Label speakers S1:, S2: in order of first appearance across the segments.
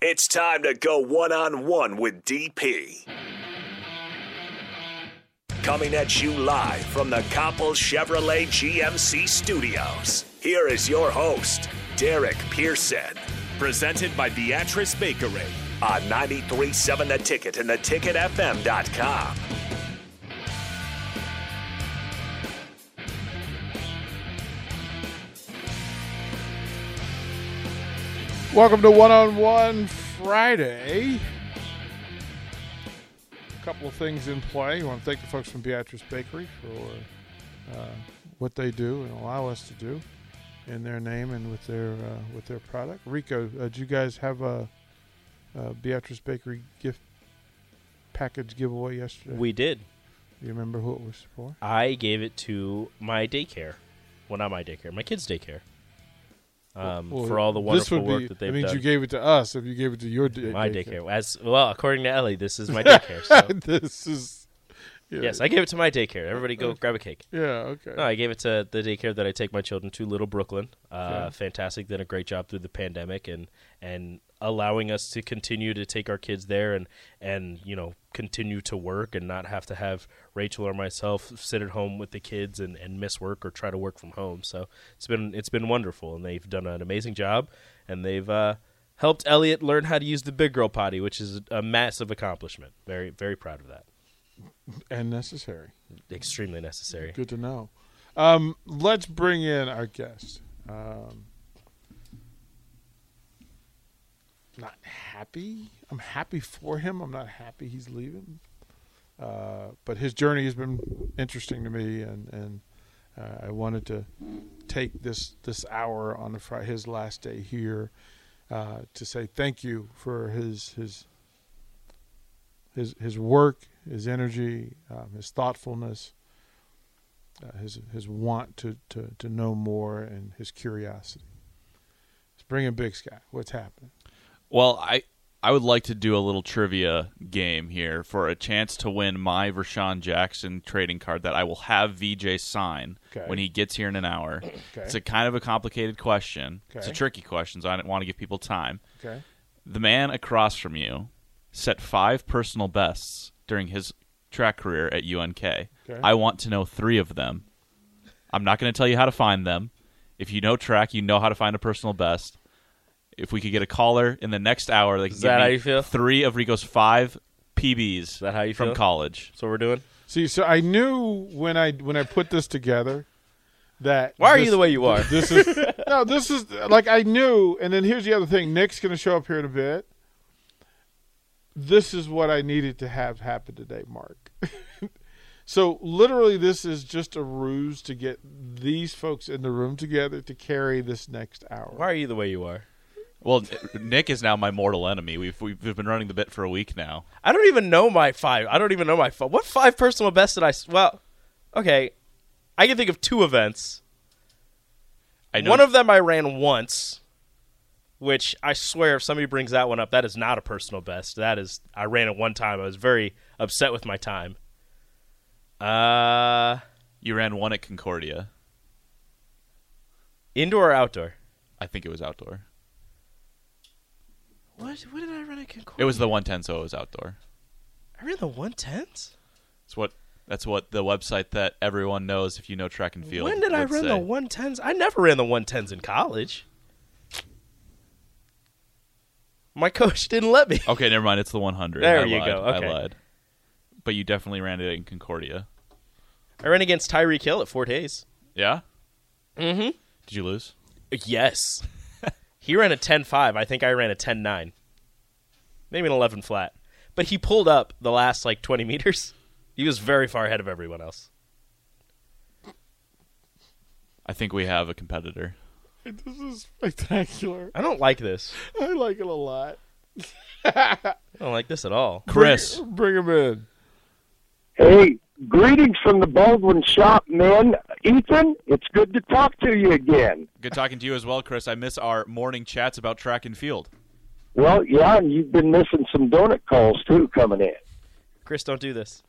S1: It's time to go one on one with DP. Coming at you live from the Copple Chevrolet GMC studios. Here is your host, Derek Pearson,
S2: Presented by Beatrice Bakery.
S1: on 937 The Ticket and theticketfm.com.
S3: Welcome to One on One Friday. A couple of things in play. I want to thank the folks from Beatrice Bakery for uh, what they do and allow us to do in their name and with their uh, with their product. Rico, uh, do you guys have a, a Beatrice Bakery gift package giveaway yesterday?
S4: We did.
S3: do you remember who it was for?
S4: I gave it to my daycare. Well, not my daycare, my kids' daycare. Um,
S3: Well,
S4: for all the
S3: this
S4: wonderful
S3: would
S4: work
S3: be,
S4: that they've
S3: That means
S4: done.
S3: you gave it to us. If you gave it to your day-
S4: my daycare. As well, according to Ellie, this is my daycare. So.
S3: this is yeah,
S4: yes, I gave it to my daycare. Everybody go grab a cake.
S3: yeah okay.
S4: No, I gave it to the daycare that I take my children to, Little Brooklyn. Uh,
S3: Okay.
S4: Fantastic, did a great job through the pandemic and and allowing us to continue to take our kids there and and you know continue to work and not have to have Rachel or myself sit at home with the kids and, and miss work or try to work from home. So it's been it's been wonderful and they've done an amazing job and they've uh, helped Elliot learn how to use the big girl potty, which is a massive accomplishment. Very very proud of that.
S3: and necessary.
S4: Extremely necessary.
S3: Good to know. Um, let's bring in our guest. Um, not happy. I'm happy for him. I'm not happy he's leaving. Uh, but his journey has been interesting to me, and and uh, I wanted to take this this hour on the Friday, his last day here uh, to say thank you for his his his his work, his energy, um, his thoughtfulness, uh, his his want to, to, to know more and his curiosity. Let's bring in Big Sky. What's happening?
S2: Well, I I would like to do a little trivia game here for a chance to win my Vershawn Jackson trading card that I will have VJ sign
S3: Okay.
S2: when he gets here in an hour. It's
S3: Okay.
S2: a kind of a complicated question. It's a
S3: Okay.
S2: tricky question, so I didn't want to give people time.
S3: Okay.
S2: The man across from you set five personal bests during his track career at UNK. I want to know three of them. I'm not going to tell you how to find them. If you know track, you know how to find a personal best. If we could get a caller in the next hour, they can
S4: Is
S2: give
S4: that
S2: me
S4: how you feel?
S2: three of Rico's five PBs Is
S4: that how you
S2: from
S4: feel?
S2: college.
S4: So we're doing.
S3: See, so I knew when I when I put this together that
S4: Why are you
S3: this-
S4: the way you are?
S3: This is no, this is like I knew. And then here's the other thing: Nick's going to show up here in a bit. This is what I needed to have happen today, Mark. so literally, this is just a ruse to get these folks in the room together to carry this next hour.
S4: Why are you the way you are?
S2: Well, Nick is now my mortal enemy. We've we've been running the bit for a week now.
S4: I don't even know my five. I don't even know my five. What five personal best did I? s- Well, okay, I can think of two events.
S2: I know
S4: One of them I ran once. which I swear, if somebody brings that one up, that is not a personal best. That is, I ran it one time. I was very upset with my time. Uh,
S2: You ran one at Concordia.
S4: indoor or outdoor?
S2: I think it was outdoor.
S4: What? What did I run at Concordia?
S2: It was the 110, so it was outdoor.
S4: I ran the one tens.
S2: It's what that's what the website that everyone knows if you know track and field.
S4: When did I
S2: would
S4: run
S2: say.
S4: the one tens? I never ran the one tens in college. My coach didn't let me.
S2: Okay, never mind. It's the 100.
S4: There
S2: I
S4: you
S2: lied.
S4: go, okay.
S2: I lied. But you definitely ran it in Concordia.
S4: I ran against Tyreek Hill at Fort Hayes.
S2: Yeah. Mm-hmm. Did you lose?
S4: Yes. he ran a 10.5. I think I ran a 10.9. Maybe an 11 flat. But he pulled up the last like 20 meters. He was very far ahead of everyone else.
S2: I think we have a competitor.
S3: This is spectacular.
S4: I don't like this.
S3: I like it a lot.
S4: I don't like this at all.
S2: Chris,
S3: Bring him in.
S5: Hey, greetings from the Baldwin shop, man. Ethan, it's good to talk to you again.
S2: good talking to you as well, Chris. I miss our morning chats about track and field.
S5: Well, yeah, and you've been missing some donut calls too coming in.
S4: Chris, don't do this.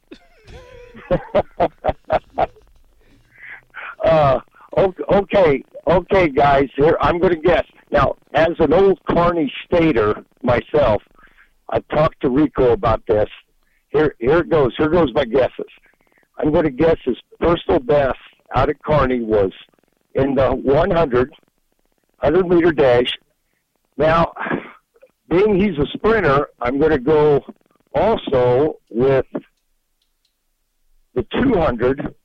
S5: Uh, o- okay, okay, guys. Here I'm going to guess. Now, as an old Carney stater myself, I talked to Rico about this. Here, here it goes. Here goes my guesses. I'm going to guess his personal best out at Carney was in the 100, 100 meter dash. Now, being he's a sprinter, I'm going to go also with the 200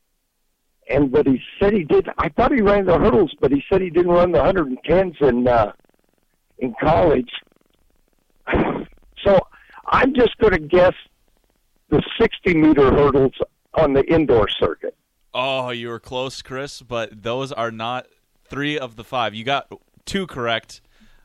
S5: and but he said he did. I thought he ran the hurdles, but he said he didn't run the 110s in uh, in college. So I'm just going to guess the 60 meter hurdles on the indoor circuit.
S2: Oh, you were close, Chris, but those are not three of the five. You got two correct,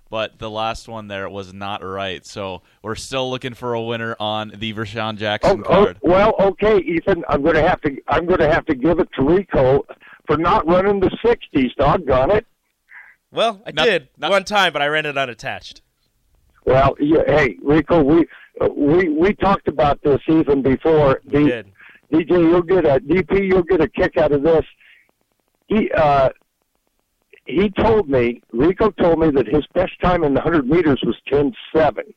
S2: but the last one there was not right. So we're still looking for a winner on the Vershawn
S5: Oh,
S2: Jackson
S5: oh
S2: card.
S5: well, okay, Ethan. I'm going to have to I'm going to have to give it to Rico for not running the 60s. Doggone it.
S4: Well, I
S2: Not-
S4: did
S2: not-
S4: one time, but I ran it unattached.
S5: Well, yeah, hey, Rico, we uh, we we talked about this even before.
S4: We
S5: the,
S4: did.
S5: DJ, you'll get a DP. You'll get a kick out of this. He uh, he told me Rico told me that his best time in the hundred meters was ten seven,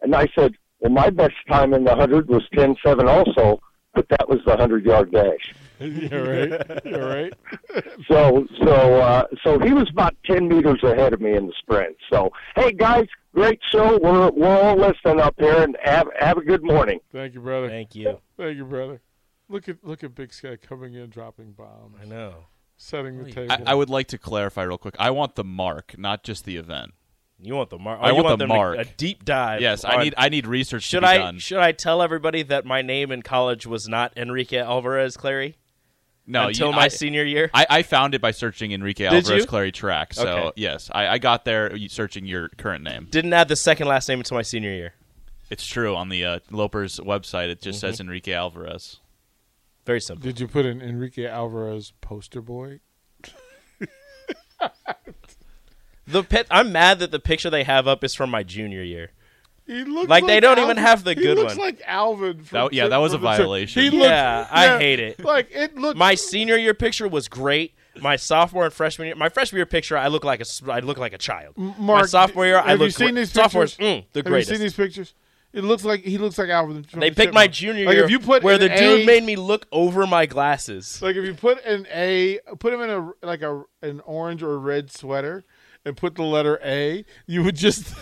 S5: and I said, well, my best time in the hundred was ten seven also, but that was the hundred yard dash.
S3: You're right. You're right.
S5: So so uh, so he was about ten meters ahead of me in the sprint. So hey guys, great show. We're we're all listening up here, and have have a good morning.
S3: Thank you, brother.
S4: Thank you.
S3: Thank you, brother. Look at look at Big Sky coming in, dropping bombs,
S4: I know.
S3: setting the table.
S2: I, I would like to clarify real quick. I want the mark, not just the event.
S4: You want the mark?
S2: I
S4: you
S2: want the
S4: them to-
S2: mark.
S4: A deep dive.
S2: Yes,
S4: on-
S2: I need I need research
S4: Should
S2: to be
S4: I
S2: done.
S4: should I tell everybody that my name in college was not Enrique Alvarez Clary
S2: no,
S4: until
S2: you,
S4: my
S2: I,
S4: senior year?
S2: I, I found it by searching Enrique
S4: Did
S2: Alvarez
S4: you?
S2: Clary track. So
S4: Okay.
S2: yes, I, I got there searching your current name.
S4: Didn't add the second last name until my senior year.
S2: It's true on the uh, Lopers website. It just says Enrique Alvarez.
S4: Very simple.
S3: Did you put an Enrique Alvarez poster boy?
S4: The pit. I'm mad that the picture they have up is from my junior year.
S3: He looks
S4: Like, they don't even have the
S3: he
S4: good
S3: looks
S4: one.
S3: Like Alvin. From
S2: That- yeah,
S3: Tip-
S2: that was
S3: from
S2: a
S3: the Tip.
S2: violation.
S3: He looks,
S4: Yeah, I hate it.
S3: Like it looks.
S4: My senior year picture was great. My sophomore and freshman year, my freshman year picture, I look like a s- I look like a child. my
S3: Mark,
S4: sophomore year, I
S3: have
S4: look.
S3: you seen
S4: great.
S3: these
S4: sophomore is
S3: pictures?
S4: mm, the
S3: have
S4: greatest.
S3: you seen these pictures? It looks like he looks like Alvin. from
S4: they
S3: the
S4: picked my
S3: Chipmunks.
S4: junior
S3: like
S4: year,
S3: If you put
S4: where
S3: an
S4: the dude
S3: A-
S4: made me look over my glasses.
S3: Like if you put an A, put him in a like a an orange or red sweater, and put the letter A, you would just.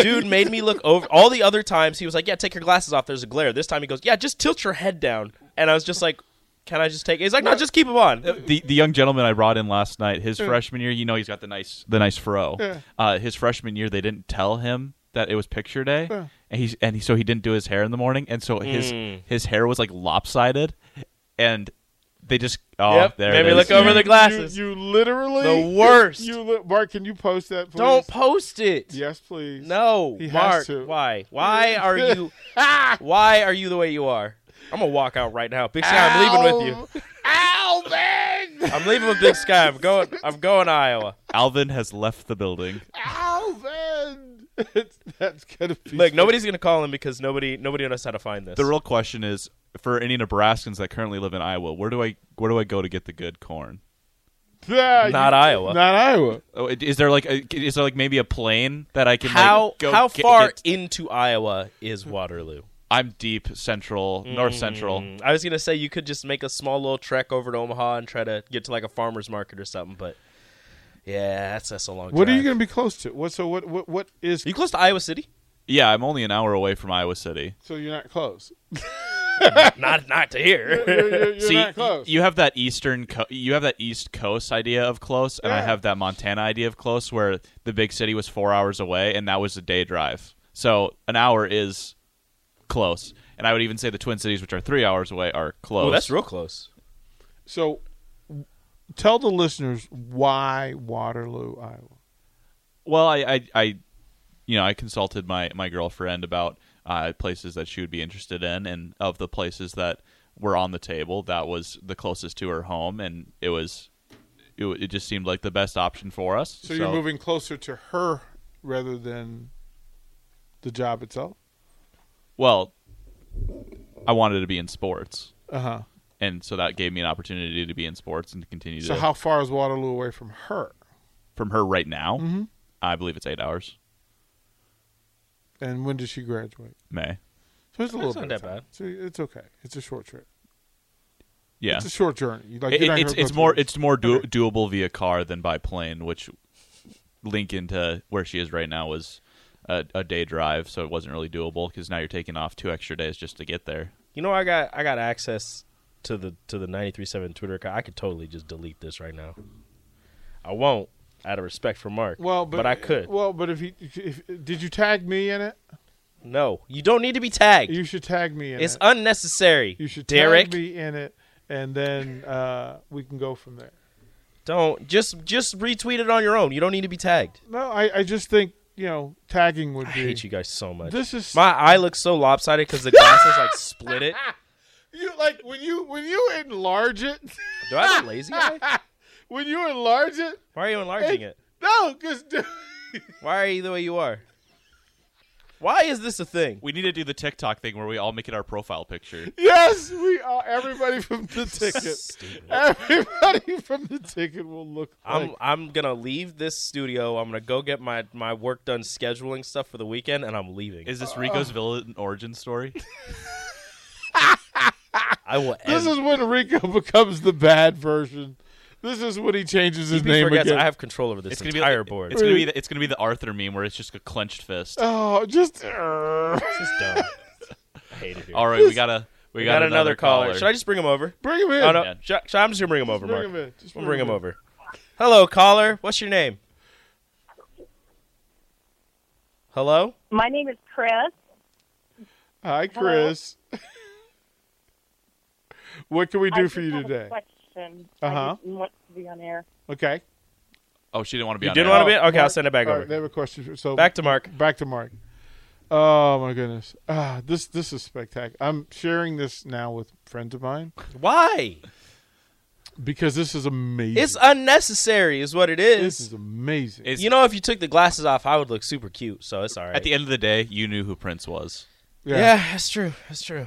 S4: dude made me look over all the other times he was like yeah take your glasses off there's a glare this time he goes yeah just tilt your head down and i was just like can i just take it he's like no just keep them on
S2: the the young gentleman I brought in last night, his freshman year, you know, he's got the nice the nice fro. Uh, his freshman year, they didn't tell him that it was picture day, and he's and he, so he didn't do his hair in the morning, and so his
S4: Mm.
S2: his hair was like lopsided, and they just oh
S4: Yep,
S2: there
S4: made
S2: it
S4: me
S2: is.
S4: look over the glasses
S3: You, you literally
S4: The worst.
S3: You li- Mark, can you post that? Please?
S4: don't post it
S3: Yes, please.
S4: no
S3: He has
S4: mark
S3: to.
S4: why why are you why are you the way you are i'm gonna walk out right now big sky i'm leaving with you
S3: Alvin.
S4: i'm leaving with big sky i'm going i'm going to iowa
S2: Alvin has left the building.
S3: Alvin. it's, that's gonna be
S4: Like nobody's gonna call him because nobody nobody knows how to find this.
S2: The real question is for any Nebraskans that currently live in Iowa, where do I where do I go to get the good corn?
S3: Yeah, you-
S4: Not Iowa.
S3: Not Iowa.
S2: Oh, i- is there like a, is there like maybe a plane that I can like,
S4: how
S2: go
S4: how
S2: get-
S4: far
S2: get-
S4: into Iowa is Waterloo?
S2: I'm deep central, north central.
S4: I was gonna say you could just make a small little trek over to Omaha and try to get to like a farmer's market or something, but yeah, that's that's a long.
S3: What are
S4: drive.
S3: you gonna be close to? What so what what what is
S4: Are you close to Iowa City?
S2: Yeah, I'm only an hour away from Iowa City.
S3: so you're not close.
S4: not not to here.
S3: You're, you're- you're
S2: See,
S3: not close.
S2: you have that eastern, co- you have that East Coast idea of close, and I have that Montana idea of close, where the big city was four hours away, and that was a day drive. So an hour is close, and I would even say the Twin Cities, which are three hours away, are close.
S4: oh, that's real close.
S3: so w- tell the listeners why Waterloo, Iowa.
S2: Well, I, I, I you know, I consulted my my girlfriend about uh, places that she would be interested in, and of the places that were on the table, that was the closest to her home, and it was. It, wa- it just seemed like the best option for us.
S3: So, you're moving closer to her rather than the job itself.
S2: Well, I wanted to be in sports,
S3: Uh huh.
S2: and so that gave me an opportunity to be in sports and to continue
S3: So
S2: to,
S3: how far is Waterloo away from her?
S2: from her right now.
S3: Mm-hmm.
S2: I believe it's eight hours.
S3: And when does she graduate?
S2: May.
S3: So it's a little
S4: not
S3: bit of
S4: that
S3: time.
S4: bad.
S3: So it's okay. It's a short trip.
S2: Yeah.
S3: It's a short journey. You- Like
S2: It-
S3: you're not
S2: it's
S3: gonna go
S2: it's
S3: through
S2: more
S3: this.
S2: it's more do- doable via car than by plane, which link into where she is right now was a, a day drive, so it wasn't really doable because now you're taking off two extra days just to get there.
S4: You know, I got I got access to the to the 93.7 Twitter account. I could totally just delete this right now. I won't, out of respect for Mark.
S3: well, but,
S4: I could.
S3: Well, but if you if, did you tag me in it?
S4: no, you don't need to be tagged.
S3: You should tag me in
S4: it's
S3: it.
S4: unnecessary.
S3: you should
S4: Derek.
S3: tag me in it, and then uh, we can go from there.
S4: Don't just just retweet it on your own. You don't need to be tagged.
S3: No, I, I just think you know tagging would
S4: I
S3: be.
S4: hate you guys so much.
S3: This is
S4: My eye looks so lopsided because the glasses like split it.
S3: you like when you when you enlarge it
S4: Do I have a lazy eye?
S3: when you enlarge it.
S4: Why are you enlarging it?
S3: No, because
S4: Why are you the way you are? Why is this a thing?
S2: We need to do the TikTok thing where we all make it our profile picture.
S3: yes, we are everybody from the ticket. Everybody from the ticket will look like.
S4: I'm I'm gonna leave this studio. I'm gonna go get my my work done scheduling stuff for the weekend, and I'm leaving.
S2: Is this Rico's villain origin story?
S4: I will end.
S3: this is when Rico becomes the bad version. This is when he changes his
S4: He
S3: name
S4: forgets
S3: again.
S4: I have control over this
S2: It's gonna be
S4: entire
S2: like-
S4: board.
S2: It's gonna be the, it's gonna be the Arthur meme where it's just a clenched fist.
S3: oh, just uh,
S4: This is dumb. I hate it here.
S2: All right, we gotta we,
S4: we
S2: got, another,
S4: caller. Should I just bring him over?
S3: bring him in.
S4: Oh no,
S2: Yeah.
S4: Sh- sh- I'm just gonna bring him over,
S3: bring
S4: Mark.
S3: him in. Just
S4: We'll
S3: bring
S4: bring
S3: him
S4: him
S3: in.
S4: over. Hello, caller. What's your name? Hello.
S6: My name is Chris.
S3: Hi, Chris. what can we
S6: I
S3: do
S6: just
S3: for you
S6: have a
S3: today?
S6: question.
S3: Uh-huh.
S6: I didn't want to be on air.
S3: Okay.
S2: Oh, she didn't want to be
S4: You
S2: on.
S4: didn't
S2: there.
S4: wanna be- okay, I'll
S3: Mark-
S4: send it back
S3: all
S4: over.
S3: right, they have a question. for- So
S4: Back to Mark.
S3: back to Mark. Oh my goodness! Ah, this this is spectacular. I'm sharing this now with friends of mine
S4: Why?
S3: because this is amazing.
S4: It's unnecessary, is what it
S3: this
S4: is.
S3: is amazing.
S2: It's-
S4: You know, if you took the glasses off, I would look super cute. So it's all right.
S2: At the end of the day, you knew who Prince was.
S3: Yeah.
S4: that's true. That's true.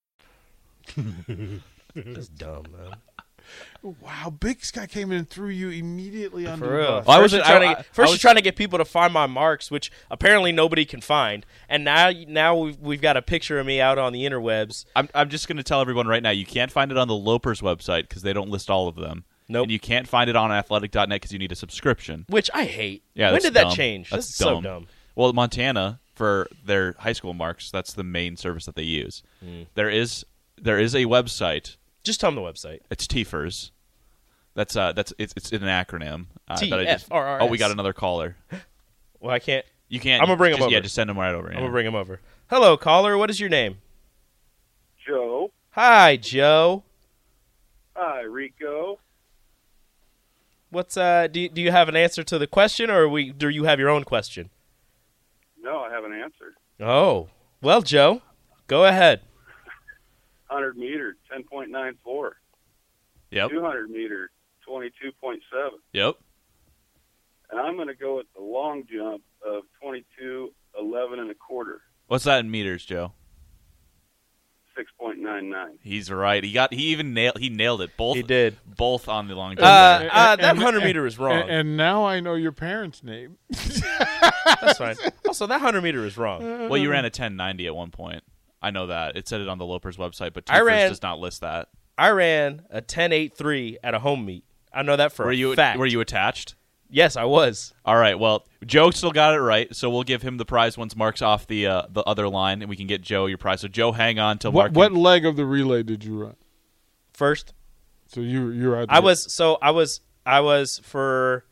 S4: That's dumb, man.
S3: Wow, Big Sky came in and threw you immediately under
S4: For
S3: the
S4: real.
S3: bus.
S2: I
S4: first
S2: wasn't-
S4: you're trying
S2: I-
S4: to,
S2: I-
S4: first
S2: I
S4: you're
S2: was-
S4: trying to get people to find my marks, which apparently nobody can find, and now now we've we've got a picture of me out on the interwebs.
S2: I'm, I'm just going to tell everyone right now you can't find it on the Lopers website because they don't list all of them.
S4: Nope.
S2: And you can't find it on athletic.net because you need a subscription.
S4: which I hate.
S2: Yeah,
S4: when
S2: that's
S4: did that
S2: dumb.
S4: change?
S2: That's
S4: This is
S2: dumb.
S4: so dumb.
S2: Well, Montana for their high school marks, that's the main service that they use.
S4: Hmm.
S2: There is there is a website.
S4: Just tell them the website.
S2: It's TFERS. That's uh that's it's it's an acronym. Uh, that I just-
S4: TFRRS.
S2: Oh, we got another caller.
S4: Well, I can't.
S2: You can't.
S4: I'm gonna bring him
S2: just-
S4: over.
S2: Yeah, just send him right over.
S4: I'm
S2: yeah.
S4: gonna bring him over. Hello, caller. What is your name?
S5: Joe.
S4: Hi, Joe.
S5: Hi, Rico.
S4: What's uh? Do, do you have an answer to the question, or we? Do you have your own question?
S5: No, I haven't answered.
S4: Oh, well, Joe, go ahead.
S5: 100 meter, 10.94.
S2: Yep.
S5: 200 meter, 22.7.
S2: Yep.
S5: And I'm going to go with the long jump of 22, 11 and a quarter,
S2: What's that in meters, Joe?
S5: 6.99.
S2: He's right. He got. He even nailed. He nailed it. Both.
S4: He did.
S2: Both on the long jump.
S4: Uh, uh,
S3: And-
S4: that
S3: and-
S4: hundred meter is wrong.
S3: And, and now I know your parents' name.
S4: That's fine. Also, that hundred meter is wrong.
S2: well, you ran a 1090 at one point. I know that. It said it on the Lopers website, but
S4: I
S2: TFIRST
S4: ran-
S2: does not list that.
S4: I ran a ten eight three at a home meet. I know that for
S2: Were
S4: a
S2: you
S4: fact.
S2: were you attached?
S4: Yes, I was.
S2: All right. Well, Joe still got it right, so we'll give him the prize once Mark's off the uh, the other line, and we can get Joe your prize. So Joe, hang on till
S3: What
S2: Mark.
S3: what leg of the relay did you run?
S4: First,
S3: So you you're out.
S4: I was so I was I was for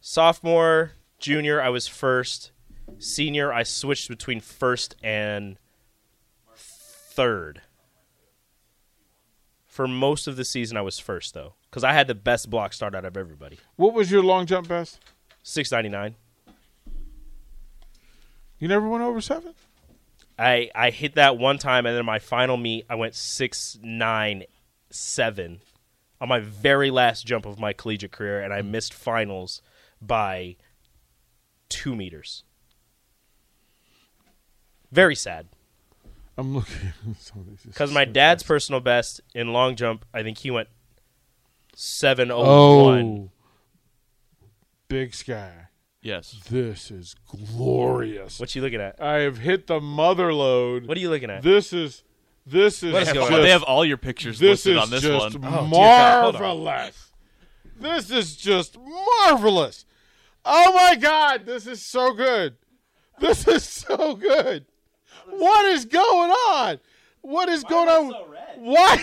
S4: sophomore, junior, I was first. Senior, I switched between first and third. For most of the season, I was first though, because I had the best block start out of everybody.
S3: What was your long jump best?
S4: Six ninety nine.
S3: You never went over seven.
S4: I I hit that one time, and then my final meet, I went six nine seven on my very last jump of my collegiate career, and I
S3: Mm-hmm.
S4: missed finals by two meters. Very sad
S3: I'm looking at some of these. This
S4: because
S3: is
S4: my
S3: so-
S4: dad's personal best in long jump, I think he went seven oh
S3: Oh,
S4: one.
S3: Big Sky,
S2: yes.
S3: this is glorious.
S4: What you looking at?
S3: I have hit the mother load.
S4: What are you looking at?
S3: This is this is
S4: What is
S3: just,
S4: going on?
S2: they have all your pictures
S3: this
S2: listed
S3: is
S2: on this
S3: just
S2: one.
S4: Oh, God, hold on.
S3: marvelous. This is just marvelous. Oh my god, this is so good. This is so good. What is going on? What is going on? What?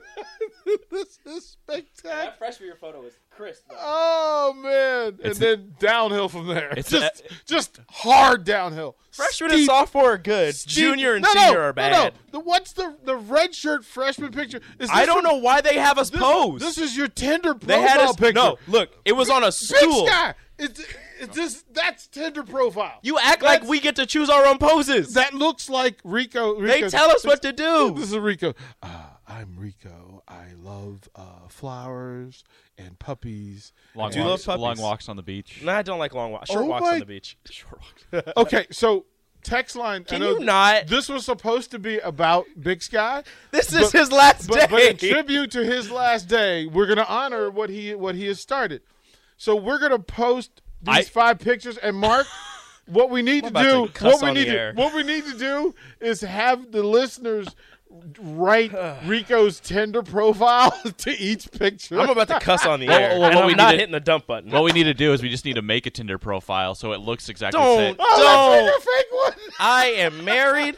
S3: this is spectacular.
S4: freshman year photo was crisp.
S3: Oh man! and
S2: It's-
S3: then downhill from there.
S2: It's
S3: just, just hard downhill.
S4: e- Freshman
S3: Steep
S4: and sophomore are good.
S3: Steve-
S4: Junior and
S3: no,
S4: senior
S3: no,
S4: are bad.
S3: No, no. The, what's the the red shirt freshman picture? Is
S4: I
S3: this
S4: don't
S3: your-
S4: know why they have us
S3: This,
S4: pose.
S3: this is your Tinder profile
S4: they had us
S3: picture.
S4: no. Look, it was on a
S3: big
S4: stool.
S3: sky. It's, it's this. That's Tinder profile.
S4: You act
S3: That's-
S4: like we get to choose our own poses.
S3: That looks like Rico.
S4: they
S3: Rico-
S4: tell us what to
S3: This
S4: do.
S3: is Rico. Uh, I'm Rico. I love uh, flowers and puppies.
S2: Long
S4: Do you
S2: walks,
S4: love puppies?
S2: long walks on the beach.
S4: No, I don't like long walks. Short
S3: Oh
S4: walks
S3: my-
S4: on the beach. Short walks.
S3: Okay, so text line.
S4: Can
S3: I know
S4: you not-
S3: This was supposed to be about Big Sky.
S4: this is
S3: But-
S4: his last
S3: but, but
S4: day.
S3: in tribute to his last day, we're gonna honor what he what he has started. So we're gonna post these
S2: I-
S3: five pictures and Mark. What we need to
S4: about
S3: do,
S4: to cuss
S3: what we
S4: on
S3: need
S4: the
S3: to,
S4: air.
S3: what we need to do is have the listeners write Rico's Tinder profile to each picture.
S4: I'm about to cuss on the
S2: Well,
S4: air.
S2: well,
S4: and
S2: what
S4: I'm
S2: we
S4: not
S2: need to-
S4: hitting the dump button.
S2: What we need to do is we just need to make a Tinder profile so it looks exactly
S4: don't,
S2: the same.
S3: oh,
S4: don't.
S3: that's like a fake
S4: I am married.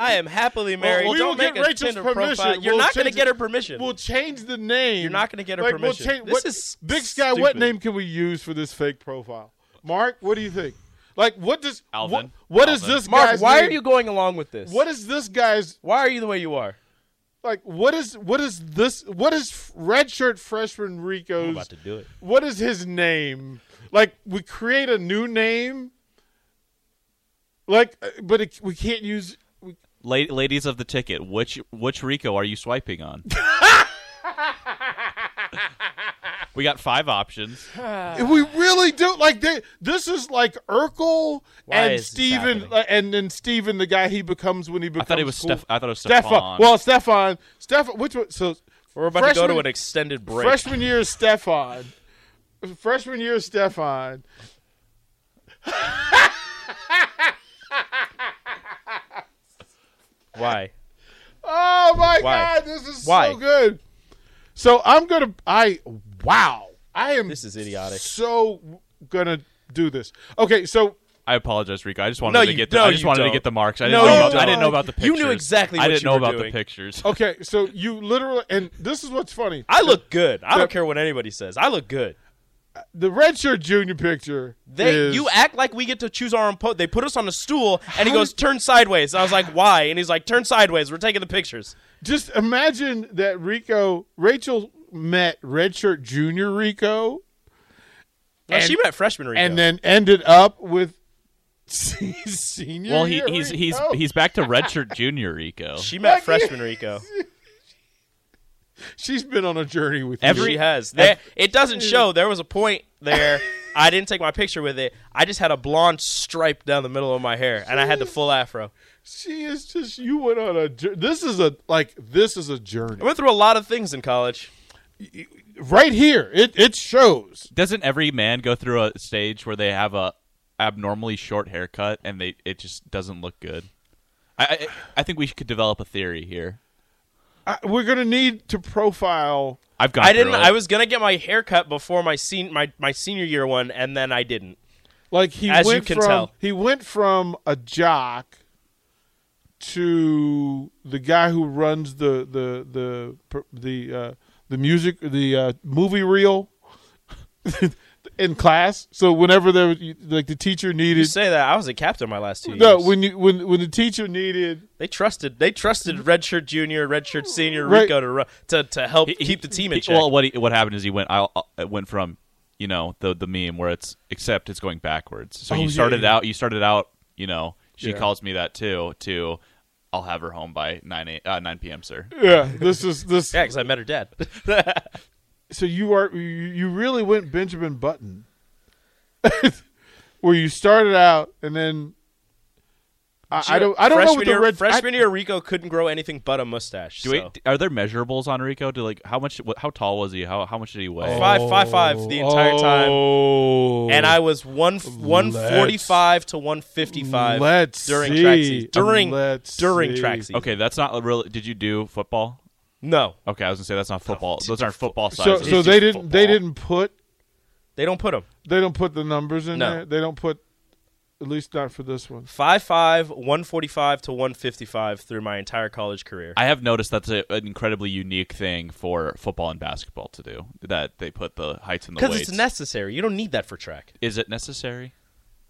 S4: I am happily married.
S3: Well, we will
S4: don't make
S3: get
S4: a
S3: Rachel's
S4: Tinder
S3: permission.
S4: profile. You're
S3: We'll
S4: not going to
S3: change
S4: get
S3: it.
S4: her permission.
S3: We'll change the name.
S4: You're not gonna get her
S3: like,
S4: permission.
S3: We'll change,
S4: This
S3: what,
S4: is
S3: Big Sky. What
S4: stupid.
S3: name can we use for this fake profile? Mark, what do you think? Like, what does
S2: Alvin.
S3: What, what is
S2: Alvin.
S3: this
S4: Mark,
S3: guy's?
S4: why
S3: name-
S4: are you going along with this?
S3: What is this guy's
S4: Why are you the way you are?
S3: like? What is what is this? What is f- redshirt freshman Rico's?
S4: do it.
S3: What is his name? Like, we create a new name. Like, uh, but it, we can't use. We,
S2: La- ladies of the ticket, which which Rico are you swiping on? we got five options.
S3: we really do like they, this is like Urkel
S4: Why
S3: and
S4: is this
S3: Steven
S4: happening?
S3: uh, and then Steven the guy he becomes when he
S2: I
S3: becomes
S2: thought it was
S3: cool.
S2: Steph. I thought it was
S3: Stefan.
S2: Stefan.
S3: Well, Stefan. Stefan. Which one? So
S4: We're about to go to
S3: Freshman-
S4: an extended break.
S3: Freshman year Stefan. Freshman year Stefan.
S4: Why?
S3: Oh my
S4: Why?
S3: god, this is
S4: Why?
S3: so good. So I'm gonna I wow. I am
S4: This is idiotic.
S3: so gonna do this. Okay, so
S2: I apologize, Rico. I just wanted
S4: No,
S2: to
S4: you-
S2: get the,
S4: no,
S2: I just
S4: you
S2: wanted to
S4: don't.
S2: get the marks. I didn't,
S4: No,
S2: know,
S4: you
S2: about, I
S4: don't.
S2: didn't know about the
S4: You
S2: pictures.
S4: knew exactly
S2: I
S4: what
S2: didn't
S4: you
S2: know
S4: were
S2: about
S4: doing.
S2: the pictures.
S3: okay, so you literally and this is what's funny.
S4: I look good. I don't care what anybody says. I look good.
S3: the redshirt junior picture.
S4: They,
S3: is-
S4: you act like we get to choose our own. Po- they put us on a stool, and he goes, "Turn sideways." I was like, "Why?" And he's like, "Turn sideways. We're taking the pictures."
S3: just imagine that Rico Rachel met redshirt junior Rico
S4: No,
S3: And-
S4: she met freshman Rico.
S3: and then ended up with senior.
S2: Well, he,
S3: year
S2: he's he's
S3: Rico.
S2: he's back to redshirt junior Rico.
S4: she met freshman Rico.
S3: she's been on a journey with you.
S4: Every has. There, it doesn't show. There was a point there. I didn't take my picture with it. I just had a blonde stripe down the middle of my hair, and I had the full afro.
S3: She is just you went on a jour- this is a like this is a
S4: I
S3: journey
S4: went through a lot of things in college.
S3: right here. It it shows.
S2: Doesn't every man go through a stage where they have a abnormally short haircut and they it just doesn't look good? I I, I think we could develop a theory here.
S3: I, we're gonna need to profile.
S2: I've gone.
S4: I didn't.
S2: through it.
S4: I was gonna get my hair cut before my sen- my my senior year one, and then I didn't.
S3: Like he
S4: As you
S3: went
S4: can
S3: from
S4: tell.
S3: he went from a jock to the guy who runs the the the per- the uh, the music the uh, movie reel in class. So whenever there was like the teacher
S4: You
S3: needed
S4: say that I was a captain my last two years.
S3: no when you when when the teacher needed
S4: They trusted they trusted redshirt junior, redshirt senior
S3: Right.
S4: Rico to ru- to to help
S2: He-
S4: keep the team in
S2: he-
S4: check.
S2: Well, what he, what happened is he went. I it went from you know the the meme where it's except it's going backwards. So
S3: Oh,
S2: you
S3: yeah,
S2: started
S3: yeah.
S2: out. You started out. You know, she
S3: Yeah.
S2: calls me that too. To I'll have her home by nine eight, uh, nine p.m. Sir.
S3: yeah this is this
S4: yeah, because I met her dad.
S3: so you are you- you really went Benjamin Button, where you started out and then I, I don't I don't know
S4: freshman
S3: what the
S4: year,
S3: red
S4: freshman
S3: I,
S4: year Rico couldn't grow anything but a mustache.
S2: Do
S4: so.
S2: we, are there measurables on Rico? Do like how much? What, how tall was he? How how much did he weigh?
S4: five five five the entire time,
S3: Oh,
S4: and I was one one forty five to one fifty five
S3: Let's
S4: during
S3: see.
S4: track season. During
S3: Let's
S4: during
S3: see.
S4: track season.
S2: Um, Okay, that's not really. Did you do football?
S4: no,
S2: Okay, I was gonna say that's not football. Those aren't football
S3: so
S2: sizes.
S3: so they didn't they didn't put
S4: they don't put him.
S3: they don't put the numbers in
S4: No.
S3: there they don't put at least not for this one
S4: Five five, one forty five to one fifty five through my entire college career.
S2: I have noticed that's a, an incredibly unique thing for football and basketball to do. That they put the heights and the
S4: Because
S2: weights.
S4: it's necessary. You don't need that for track.
S2: Is it necessary?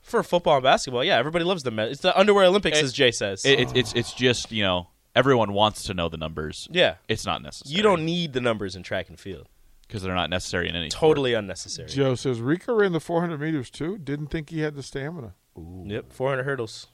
S4: For football and basketball, yeah, everybody loves the me- it's the underwear Olympics,
S2: It-
S4: as Jay says.
S2: It, it's it's it's just you know everyone wants to know the numbers.
S4: yeah,
S2: It's not necessary.
S4: you don't need the numbers in track and field.
S2: because they're not necessary in any. sport.
S4: Totally unnecessary.
S3: Joe says Rico ran the 400 meters too didn't think he had the stamina
S4: Yep, 400 hurdles.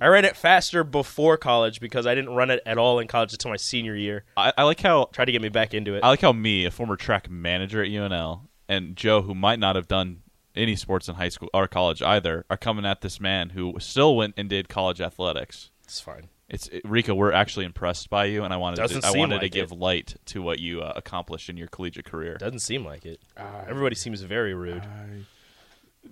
S4: I ran it faster before college because I didn't run it at all in college until my senior year.
S2: I, I like how
S4: Tried to get me back into it.
S2: I like how me, a former track manager at UNL, and Joe, who might not have done any sports in high school or college either, are coming at this man who still went and did college athletics.
S4: it's fine.
S2: It's it, Rico. We're actually impressed by you, and I wanted
S4: Doesn't
S2: to, I
S4: seem
S2: wanted to
S4: like
S2: give
S4: it.
S2: light to what you uh, accomplished in your collegiate career.
S4: Doesn't seem like it. Everybody seems very rude.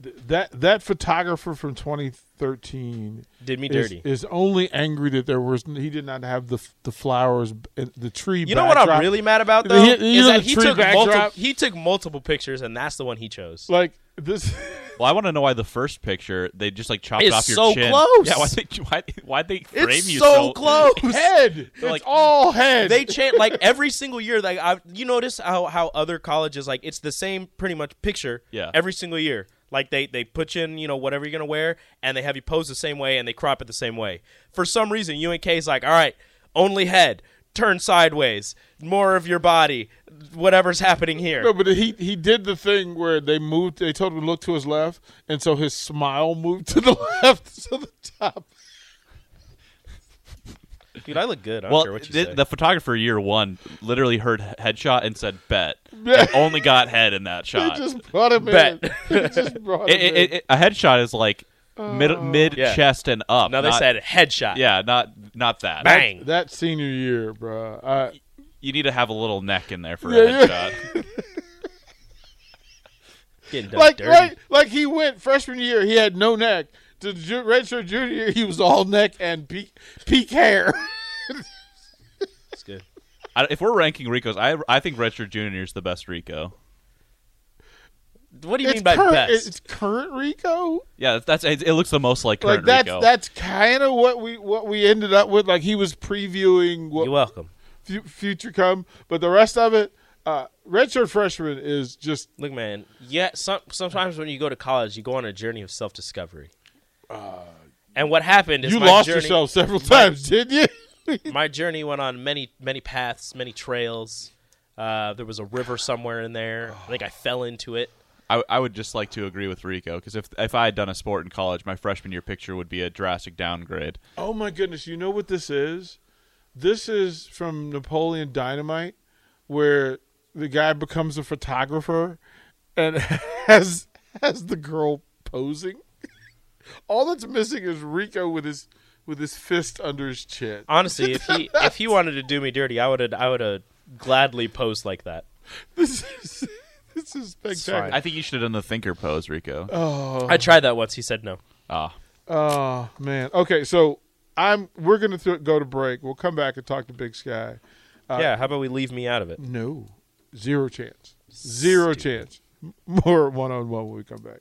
S3: Th- that that photographer from 2013
S4: Did me
S3: is-
S4: dirty.
S3: Is, only angry that there was he did not have the the flowers and the tree.
S4: you know what I'm
S3: backdrop.
S4: really mad about
S3: The-
S4: though
S3: you know
S4: is that
S3: the
S4: he
S3: tree
S4: took multiple
S3: backdrop?
S4: he took multiple pictures and that's the one he chose.
S3: like this.
S2: Well, I want to know why the first picture they just like chopped
S4: It's
S2: off your
S4: so
S2: chin.
S4: close.
S2: Yeah, why they why why they frame
S4: It's
S2: you
S4: so close.
S3: head. It's
S2: like-
S3: all head.
S4: they change like every single year. Like I, you notice how how other colleges like it's the same pretty much picture.
S2: Yeah.
S4: Every single year, like they they put you in you know whatever you're gonna wear, and they have you pose the same way, and they crop it the same way. For some reason, UNK is like, all right, only head, turn sideways, more of your body, whatever's happening here.
S3: no, but he he did the thing where they moved. They told him to look to his left, and so his smile moved to the left, to the top.
S4: Dude, I look good. I don't care
S2: Well,
S4: what you
S2: the,
S4: say.
S2: the photographer year one literally heard he- headshot and said bet. and only got head in that
S3: They
S2: shot.
S3: just brought him
S4: Bet.
S3: in. They just brought
S2: It-
S3: him
S2: it- it-
S3: in.
S2: it- a headshot is like mid
S4: Oh.
S2: mid
S4: Yeah.
S2: chest and up.
S4: now they
S2: not-
S4: said headshot.
S2: yeah, not not that.
S4: Bang.
S3: That senior year, bro. I,
S2: You need to have a little neck in there for a
S3: Yeah,
S2: headshot.
S4: Getting done
S3: like
S4: dirty.
S3: right, like he went freshman year, he had no neck. To ju- redshirt junior year, he was all neck and peak peak hair.
S4: It's good.
S2: I, if we're ranking Ricos, I I think Redshirt Junior is the best Rico.
S4: What do you
S3: it's,
S4: mean by
S3: current,
S4: best?
S3: it's current Rico.
S2: Yeah, that's, that's it. it Looks the most like
S3: like
S2: current
S3: that's
S2: Rico.
S3: that's kind of what we what we ended up with. Like he was previewing what
S4: You're welcome.
S3: fu- future come, but the rest of it, uh, redshirt freshman is just
S4: Look, man. Yeah, some, sometimes when you go to college, you go on a journey of self-discovery. and what happened is
S3: Uh, you
S4: my
S3: lost
S4: journey-
S3: yourself several times, didn't you?
S4: my journey went on many many paths, many trails. Uh, there was a river somewhere in there. I think I fell into it.
S2: I, I would just like to agree with Rico because if if I had done a sport in college, my freshman year picture would be a drastic downgrade.
S3: Oh my goodness, you know what this is? This is from Napoleon Dynamite where the guy becomes a photographer and has has the girl posing. All that's missing is Rico with his with his fist under his chin.
S4: Honestly, if he if he wanted to do me dirty, I would have I would have gladly posed like that.
S3: This is this is spectacular.
S2: I think you should have done the thinker pose, Rico.
S4: I tried that once. He said no.
S2: Ah,
S3: Oh man. Okay, so I'm we're gonna th- go to break. We'll come back and talk to Big Sky. Uh,
S4: yeah, how about we leave me out of it?
S3: No, zero chance. Zero chance. More one on one when we come back.